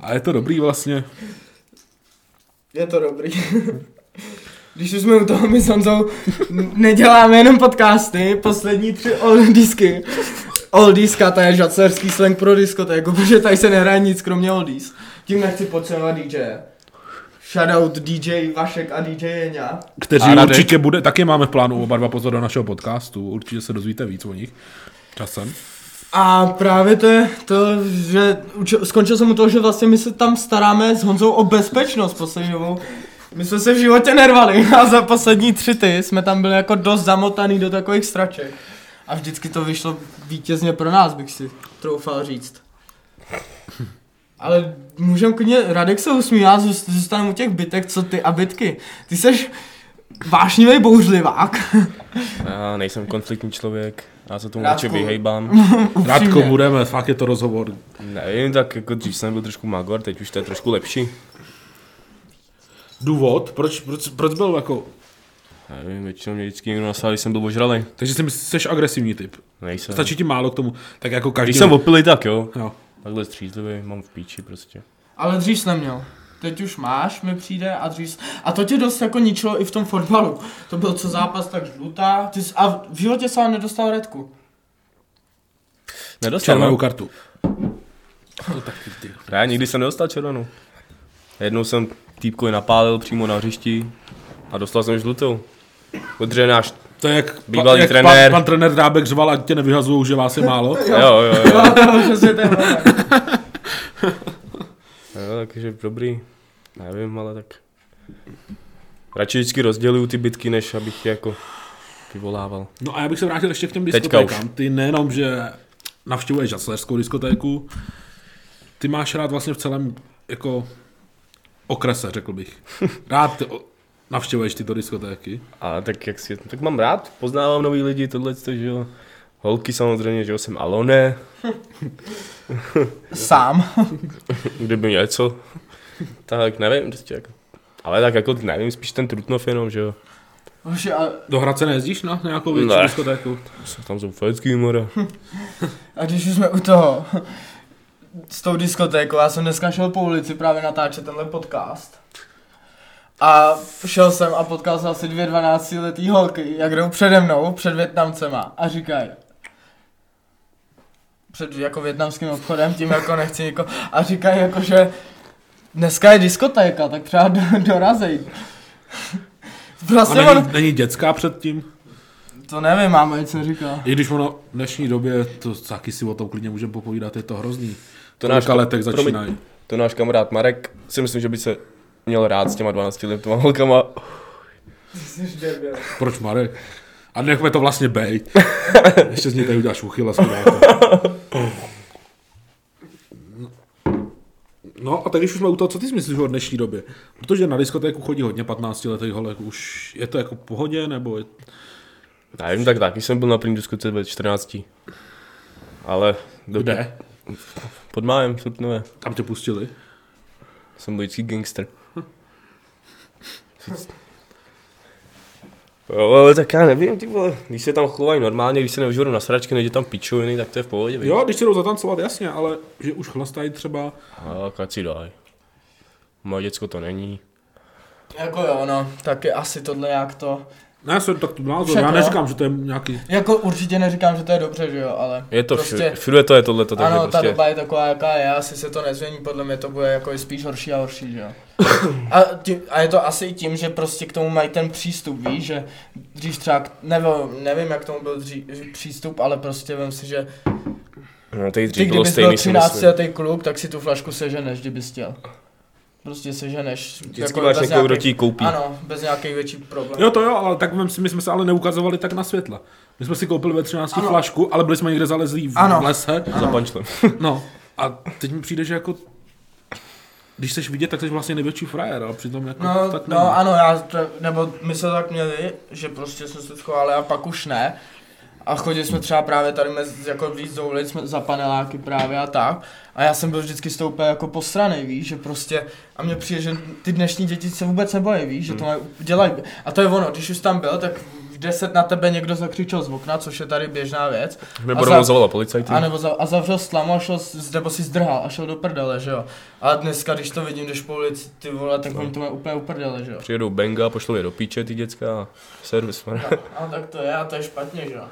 S1: A je to dobrý vlastně.
S2: je to dobrý. (laughs) Když už jsme u toho, my s Honzou n- neděláme jenom podcasty, poslední tři old disky. Oldiska, to je žacerský slang pro diskotéku, jako, protože tady se nehraje nic kromě oldies. Tím nechci podceňovat DJ. Shoutout DJ Vašek a DJ Jeňa.
S1: Kteří
S3: A Radek?
S1: určitě bude, taky máme v plánu oba dva pozor do našeho podcastu, určitě se dozvíte víc o nich. Časem.
S2: A právě to je to, že uč- skončil jsem u toho, že vlastně my se tam staráme s Honzou o bezpečnost poslední dobou. My jsme se v životě nervali (laughs) a za poslední tři ty jsme tam byli jako dost zamotaný do takových straček. A vždycky to vyšlo vítězně pro nás, bych si troufal říct. Ale můžem klidně, Radek se usmívá, zůst- zůstanu u těch bytek, co ty a bytky. Ty seš vášnivý bouřlivák. (laughs)
S3: Já nejsem konfliktní člověk, já se tomu
S2: Radku.
S3: radši vyhejbám.
S1: Radko,
S2: Upřímně.
S1: budeme, fakt je to rozhovor.
S3: Nevím, tak jako dřív jsem byl trošku magor, teď už to je trošku lepší.
S1: Důvod, proč, proč, proč byl jako...
S3: Nevím, většinou mě vždycky někdo nasál, když jsem byl ožralej.
S1: Takže si myslíš, jsi agresivní typ.
S3: Nejsem.
S1: Stačí ti málo k tomu. Tak jako každý...
S3: Když jsem opilý, tak jo.
S1: Jo.
S3: Takhle střízlivý, mám v píči prostě.
S2: Ale dřív jsi neměl. Teď už máš, mi přijde a dřív... A to tě dost jako ničilo i v tom fotbalu. To byl co zápas, tak žlutá. Ty jsi, a v- v životě se ale nedostal redku.
S3: Nedostal,
S1: Červenou
S3: no.
S1: kartu. To taky ty.
S3: Já nikdy jsem nedostal červenou. Jednou jsem týpkovi napálil přímo na hřišti a dostal jsem žlutou. Protože náš,
S1: To je jak,
S3: Bývalý
S1: jak
S3: trenér.
S1: Pan, pan trenér Dábek řval, ať tě nevyhazují, že vás je málo.
S3: (laughs) jo, jo, jo, jo,
S2: (laughs) Přesně ten moment.
S3: takže dobrý, nevím, ale tak. Radši vždycky rozděluju ty bitky, než abych je jako vyvolával.
S1: No a já bych se vrátil ještě k těm
S3: Teďka
S1: diskotékám. Ty nejenom, že navštěvuješ žaclerskou diskotéku, ty máš rád vlastně v celém jako okrese, řekl
S3: (laughs)
S1: bych. Rád ty o- navštěvuješ tyto diskotéky.
S3: A tak jak si, tak mám rád, poznávám nový lidi, tohle, to, že jo. Holky samozřejmě, že jo, jsem Alone,
S2: Sám.
S3: kdyby něco, tak nevím, prostě jako. Ale tak jako, nevím, spíš ten Trutnov jenom, že jo.
S2: Hoši, a,
S1: Do Hradce nejezdíš no, na nějakou větší
S3: Ne.
S1: diskotéku?
S3: Jsou tam zoufalecký humor.
S2: a když už jsme u toho, s tou diskotékou, já jsem dneska šel po ulici právě natáčet tenhle podcast. A šel jsem a potkal jsem asi dvě 12 letý holky, jak jdou přede mnou, před Větnamcema a říkají, před jako větnamským obchodem, tím jako nechci niko, a říkají jako, že dneska je diskotéka, tak třeba do, dorazej.
S1: A
S3: Vlastně
S2: Prostě on,
S1: není, není dětská předtím?
S2: to nevím, máma, co říká.
S1: I když ono v dnešní době, to taky si o tom klidně můžeme popovídat, je to hrozný.
S3: To
S1: To
S3: náš-
S1: náš letek
S3: promiň.
S1: začínají.
S3: To náš kamarád Marek, si myslím, že by se měl rád s těma 12 letýma holkama.
S1: Proč Marek? A nechme to vlastně bej. Ještě z něj tady uděláš uchyla. No a tak když už jsme u toho, co ty si myslíš o dnešní době? Protože na diskotéku chodí hodně 15 letých holek, už je to jako v pohodě, nebo je...
S3: Nevím, tak taky jsem byl na první diskuce ve 14. Ale do,
S1: kde?
S3: pod májem, Trutnové.
S1: Tam tě pustili.
S3: Jsem byl vždycky gangster. Jo, ale tak já nevím, ty vole. Když se tam chovají normálně, když se neužijou na sračky, nejde tam pičoviny, tak to je v pohodě. viď?
S1: Jo, když se jdou zatancovat, jasně, ale že už chlastají třeba
S3: A ať si daj. Moje děcko to není.
S2: Jako jo, no, tak je asi tohle jak to.
S1: Ne, já jsem tak tu názor,
S2: Však
S1: já
S2: jo.
S1: neříkám, že to je nějaký...
S2: Jako určitě neříkám, že to je dobře, že jo, ale...
S3: Je to
S2: prostě,
S3: všude, všude to je tohleto, takže
S2: Ano, ta
S3: prostě...
S2: doba je taková, jaká je, asi se to nezmění, podle mě to bude jako i spíš horší a horší, že jo. A, ti, a je to asi i tím, že prostě k tomu mají ten přístup, víš, že dřív třeba, k- nebo nevím, jak k tomu byl dřív, přístup, ale prostě vím si, že
S3: No, teď
S2: ty,
S3: dřív bylo
S2: kdybys byl
S3: stejný, si
S2: 13
S3: myslím.
S2: letý kluk, tak si tu flašku seženeš, kdybys chtěl. Prostě seženeš. jako
S3: Vždycky máš někoho, kdo ti ji koupí.
S2: Ano, bez nějakých větších problémů.
S1: Jo, to jo, ale tak vem si, my jsme se ale neukazovali tak na světla. My jsme si koupili ve 13
S2: Ano.
S1: flašku, ale byli jsme někde zalezlí v
S2: Ano.
S1: ano. lese.
S3: Za pančlem.
S1: No, a teď mi přijde, že jako, když jsi vidět, tak jsi vlastně největší frajer, ale přitom jako
S2: No,
S1: tak není.
S2: no ano, já to, nebo my se tak měli, že prostě jsme se schovali a pak už ne. A chodili jsme třeba právě tady mezi, jako víc do ulic, jsme- za paneláky právě a tak. A já jsem byl vždycky stoupé jako posranej, víš, že prostě, a mně přijde, že ty dnešní děti se vůbec nebojí, víš, že to mají, dělají. A to je ono, když už tam byl, tak v 10 na tebe někdo zakřičel z okna, což je tady běžná věc.
S3: Nebo
S2: A za-
S3: rovnou zavolal policajty.
S2: A, nebo za, a zavřel slamu a šel, s- nebo si zdrhal a šel do prdele, že jo. A dneska, když to vidím, když po ulici, ty vole, tak oni to mají úplně uprdele, že jo.
S3: Přijedou benga, pošlou je do píče ty děcka a servis.
S2: (laughs)
S3: no. man.
S2: A No, tak to je, a to je špatně, že jo.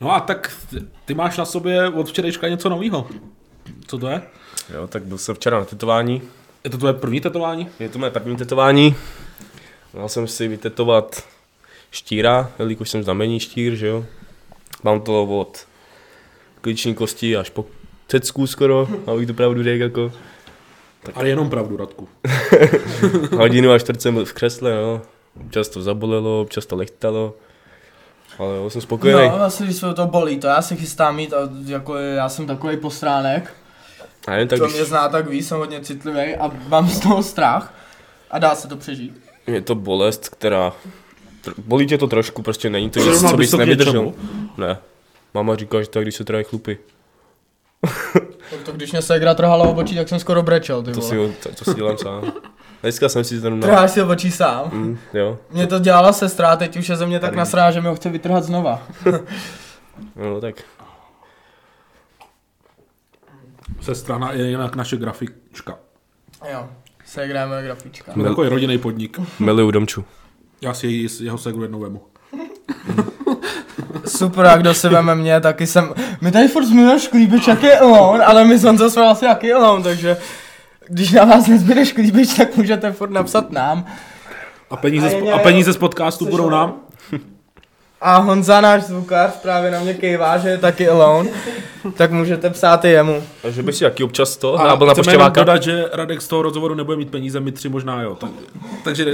S1: no a tak ty- ty máš na sobě od včerejška něco nového. Co to je?
S3: jo, tak byl jsem včera na tetování.
S1: Je to tvoje první tetování?
S3: Je to moje první tetování. Měl jsem si vytetovat štíra, jelikož jsem znamení štír, že jo. Mám to od klíční kosti až po cecku skoro, abych to pravdu řekl jako.
S1: Ale jenom pravdu, Radku.
S3: Hodinu a čtvrt jsem byl v křesle, no. Občas to zabolelo, občas to lechtalo. Ale jo, jsem spokojený.
S2: No, vlastně, když se to bolí, to já se chystám mít, a jako je- já jsem takový postránek,
S3: A jen tak,
S2: tak kdo
S3: když-
S2: mě zná, tak ví, jsem hodně citlivý a mám z toho strach. A dá se to přežít.
S3: Je to bolest, která... tr- Bolí tě to trošku, prostě není to nic,
S1: Zrovna
S3: co
S1: bys
S3: bys
S1: to k
S3: nevydržel.
S1: něčemu?
S3: Ne. Máma říká, že tak, když se trhají chlupy.
S2: Tak to, když mě segra trhala obočí, tak jsem skoro brečel, ty
S3: To
S2: vole.
S1: No.
S3: si, to, to si dělám sám. Dneska jsem si zrovna...
S2: Trháš si obočí sám.
S3: Mm, jo.
S2: Mě to dělala sestra, a teď už je ze mě tak nasrá, že mi ho chce vytrhat znova.
S3: No tak.
S1: Se strana je jinak naše grafička.
S2: Jo, segra je moje grafička.
S1: Jsme
S3: Mil-
S1: takový rodinný podnik.
S3: Miluju domču.
S1: Já si jej, jeho segru jednou vemu.
S2: Super, a kdo si veme mě, taky jsem... My tady furt zmiňujeme Šklíbič, jak je on, ale my s Honzou jsme vlastně jak je on, takže... když na vás nezbyde šklíbič, tak můžete furt napsat nám.
S1: A peníze,
S2: A je,
S1: z,
S2: je,
S1: a
S2: je.
S1: peníze z podcastu
S2: Což
S1: budou
S2: jo.
S1: nám?
S2: A Honza, náš zvukář, právě na mě kejvá, že je taky alone, tak můžete psát i jemu.
S3: Takže bych si taky občas to
S1: A
S3: nábil na
S1: chceme jenom
S3: poštěváka.
S1: dodat, že Radek z toho rozhovoru nebude mít peníze, my tři možná jo. Tak, takže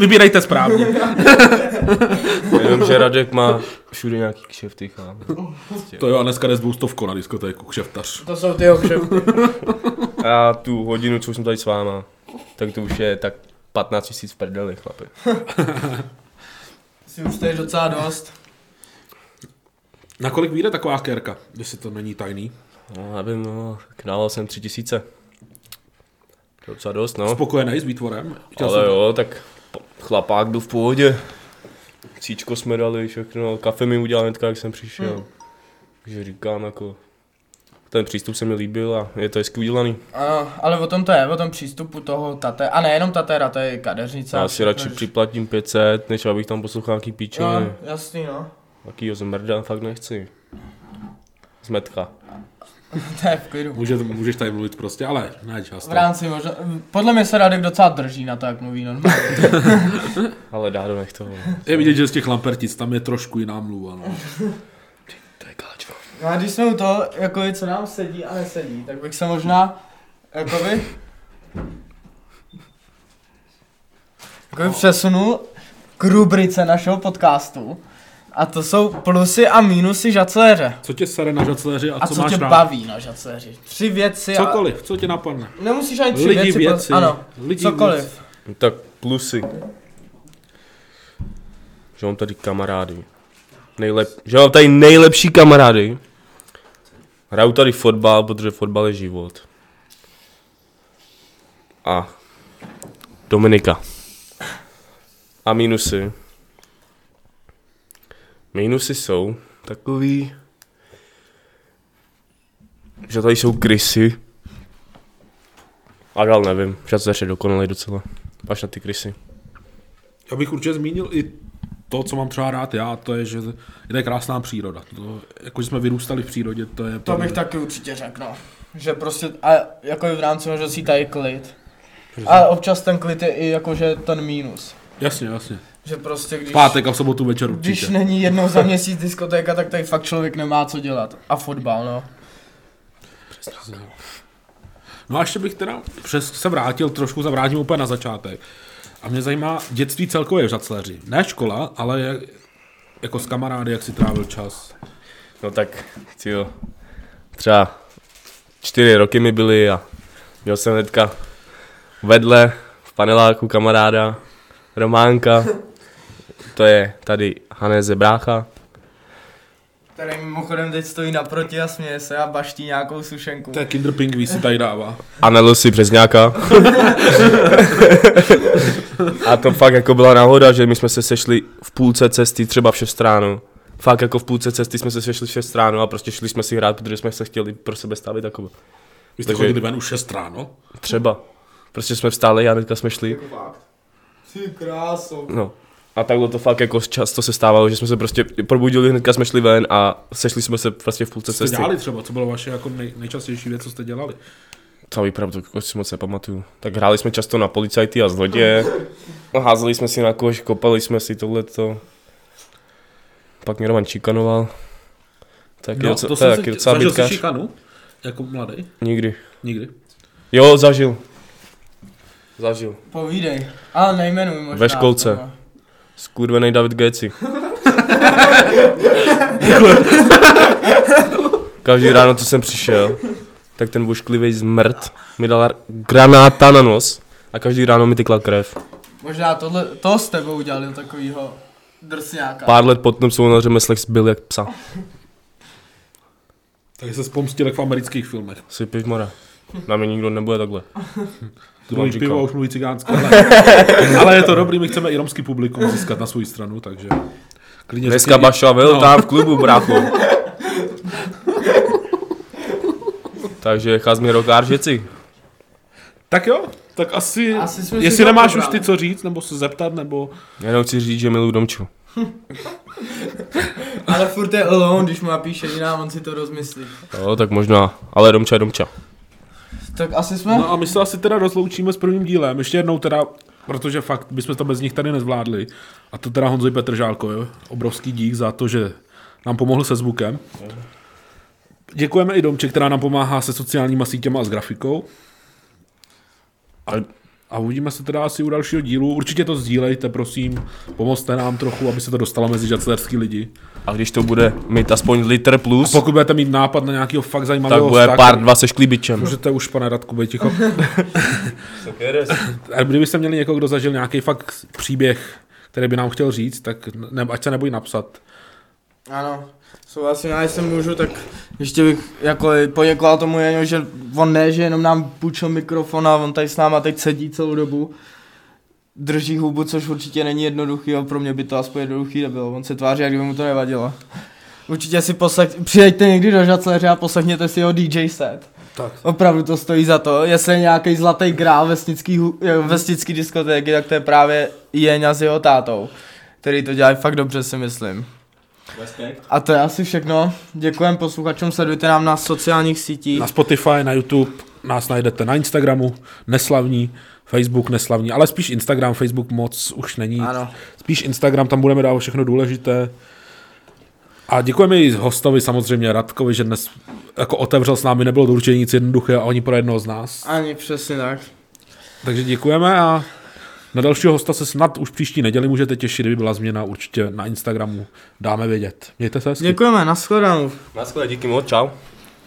S1: vybírejte správně.
S3: Jenomže Radek má všude nějaký kšefty, chápu.
S1: To jo, a dneska jde s dvoustovkou na diskotéku, kšeftař.
S2: To jsou ty okřepy.
S3: A tu hodinu, co už jsem tady s váma, tak to už je tak 15 tisíc v prdeli, chlapi.
S2: Si už to je docela dost.
S1: Nakolik vyjde taková kérka, jestli to není tajný?
S3: No, já vím, no, knálel jsem 3 tisíce. To je docela dost, no.
S1: Spokojený s výtvorem?
S3: Ale jo, tak po- chlapák byl v pohodě. Cíčko jsme dali, všechno, kafe mi udělal hnedka, jak jsem přišel. Takže říkám, jako, ten přístup se mi líbil a je to hezky udělaný.
S2: Ano, ale o tom to je, o tom přístupu toho tate, a nejenom tatera, to je kadeřnice.
S3: Já
S2: a
S3: si
S2: všechno,
S3: radši
S2: že-
S3: připlatím 500, než abych tam poslouchal nějaký píčiny.
S2: No, jasný no, (laughs)
S3: Takýho zmrda fakt nechci. Zmetka.
S2: to je v klidu.
S1: Může, můžeš tady mluvit prostě, ale ne čas.
S2: V rámci možná, podle mě se Radek docela drží na to, jak mluví normálně.
S3: Ale dá do nech toho.
S1: Je vidět, že z těch lampertic tam je trošku jiná mluva. No.
S3: To je káčva.
S2: No a když jsme u toho, jakoby, co nám sedí a nesedí, tak bych se možná, jakoby, jakoby přesunul k rubrice našeho podcastu. A to jsou plusy a mínusy žacléře.
S1: Co tě sere na žacléři a,
S2: A
S1: co,
S2: co,
S1: máš
S2: tě
S1: rád?
S2: baví na žacléři? Tři věci a...
S1: Cokoliv, co tě napadne.
S2: Nemusíš ani tři
S1: Lidi,
S2: věci,
S1: věci,
S2: pro- ano,
S1: lidi,
S2: cokoliv.
S1: věci.
S3: No Tak plusy. Že mám tady kamarády. Nejlep... Že mám tady nejlepší kamarády. Hraju tady fotbal, protože fotbal je život. A Dominika. A minusy. Minusy jsou takový, že tady jsou krysy. A dál nevím, žadzeř je dokonalý docela. Až na ty krysy.
S1: Já bych určitě zmínil i to, co mám třeba rád já, to je, že je tady krásná příroda. To, jako, že jsme vyrůstali v přírodě, to je...
S2: To bych taky určitě řekl, no. Že prostě, a jako v rámci možností tady klid. Ale občas ten klid je i jakože ten mínus.
S1: Jasně, jasně.
S2: Že prostě když...
S1: V pátek a v sobotu večer určitě.
S2: Když není jednou za měsíc diskotéka, tak tady fakt člověk nemá co dělat. A fotbal, no.
S1: No a ještě bych teda přes se vrátil, trošku zavrátím úplně na začátek. A mě zajímá dětství celkově v Žacléři. Ne škola, ale jak, jako s kamarády, jak si trávil čas.
S3: No tak, jo. Třeba čtyři roky mi byly a měl jsem hnedka vedle v paneláku kamaráda Románka. To je tady Haneze brácha.
S2: Tady mimochodem teď stojí naproti a směje se a baští nějakou sušenku.
S1: To je Kinder Pingví si tady dává.
S3: a nalil si Březňáka. a to fakt jako byla náhoda, že my jsme se sešli v půlce cesty, třeba v šest ráno. Fakt jako v půlce cesty jsme se sešli v šest ráno a prostě šli jsme si hrát, protože jsme se chtěli pro sebe stavit takové.
S1: Vy jste
S3: Takže-
S1: chodili ven už 6 ráno.
S3: Třeba. Prostě jsme vstáli a hnedka jsme šli.
S2: Ty krásu.
S3: No. A takhle to fakt jako často se stávalo, že jsme se prostě probudili, hnedka jsme šli ven a sešli jsme se prostě v půlce
S1: Co jste
S3: cesty.
S1: dělali třeba? Co bylo vaše jako nej, nejčastější věc, co jste dělali?
S3: To vypravdu, jako si moc nepamatuju. Tak hráli jsme často na policajty a zloděje. Házeli jsme si na koš, kopali jsme si tohleto. Pak mě Roman čikanoval. Tak no, je docela, to, to je taky docela
S1: zažil jsi
S3: bitkář.
S1: šikanu? Jako mladý?
S3: Nikdy.
S1: Nikdy.
S3: Jo, zažil. Zažil.
S2: Povídej. Ale nejmenuj možná.
S3: Ve školce.
S2: No.
S3: Skurvený David Geci. Každý ráno, co jsem přišel, tak ten vošklivý zmrt mi dal r- granáta na nos a každý ráno mi tykla krev.
S2: Možná tohle, to s tebou udělali takovýho drsňáka.
S3: Pár let potom jsou na řemeslech zbyl jak psa.
S1: Takže se spomstil jak v amerických filmech.
S3: Si piv mora. Na mě nikdo nebude takhle.
S1: Druhý
S3: říkal.
S1: pivo a už mluví cigánsky, ale, (laughs) ale, je to dobrý, my chceme i romský publikum získat na svou stranu, takže... Klidně
S3: Dneska
S1: řekni-
S3: Baša byl
S1: No.
S3: no. tam v klubu, brácho. Takže Chazmirok Aržeci.
S1: Tak jo, tak asi,
S2: Asi jsme si
S1: jestli nemáš už
S2: zabrali.
S1: ty co říct, nebo se zeptat, nebo...
S3: Jenom chci říct, že miluju Domču.
S2: Ale furt je alone, když mu napíše jiná, on si to rozmyslí.
S3: Jo, tak možná, ale Domča je Domča.
S2: Tak asi jsme...
S1: No a my se asi teda rozloučíme s prvním dílem, ještě jednou teda, protože fakt bychom to bez nich tady nezvládli. A to teda Honzovi Petržálko, jo? obrovský dík za to, že nám pomohl se zvukem. Děkujeme i Domče, která nám pomáhá se sociálníma sítěma a s grafikou. A, a uvidíme se teda asi u dalšího dílu. Určitě to sdílejte, prosím. Pomozte nám trochu, aby se to dostalo mezi žaclerský lidi.
S3: A když to bude mít aspoň litr plus,
S1: Pokud budete mít nápad na nějakého fakt
S3: tak
S1: zajímavého
S3: bude
S1: hosta,
S3: pár
S1: který-
S3: dva se šklíbičem.
S1: Můžete už, pane Radku, být ticho. A kdybyste měli někoho, kdo zažil nějaký fakt příběh, který by nám chtěl říct, tak ne, ať se nebojí napsat.
S2: Ano, souhlasím, já jsem můžu, tak ještě bych jako i poděkoval tomu Jeňo, že on ne, že jenom nám půjčil mikrofon a on tady s náma teď sedí celou dobu. Drží hubu, což určitě není jednoduchý, jo, pro mě by to aspoň jednoduchý nebylo, on se tváří, jak kdyby mu to nevadilo. Určitě si poslech, přijeďte někdy do Žacleře a poslechněte si jeho DJ set.
S1: Tak.
S2: Opravdu to stojí za to. Jestli je nějaký zlatý grál vesnický, hu- eh, vesnický diskotéky, tak to je právě Jeňa s jeho tátou, který to dělají fakt dobře, si myslím. A to je asi všechno. Děkujeme posluchačům, sledujte nám na sociálních sítích.
S1: Na Spotify, na YouTube, nás najdete na Instagramu, neslavní, Facebook neslavní, ale spíš Instagram, Facebook moc už není.
S2: Ano.
S1: Spíš Instagram, tam budeme dávat všechno důležité. A děkujeme i hostovi samozřejmě Radkovi, že dnes jako otevřel s námi, nebylo to určitě nic jednoduchého a oni pro jednoho z nás.
S2: Ani přesně tak.
S1: Takže děkujeme a na dalšího hosta se snad už příští neděli můžete těšit, kdyby byla změna určitě na Instagramu. Dáme vědět. Mějte se hezky.
S2: Děkujeme, nashledanou.
S3: Na skvěle, díky moc, čau.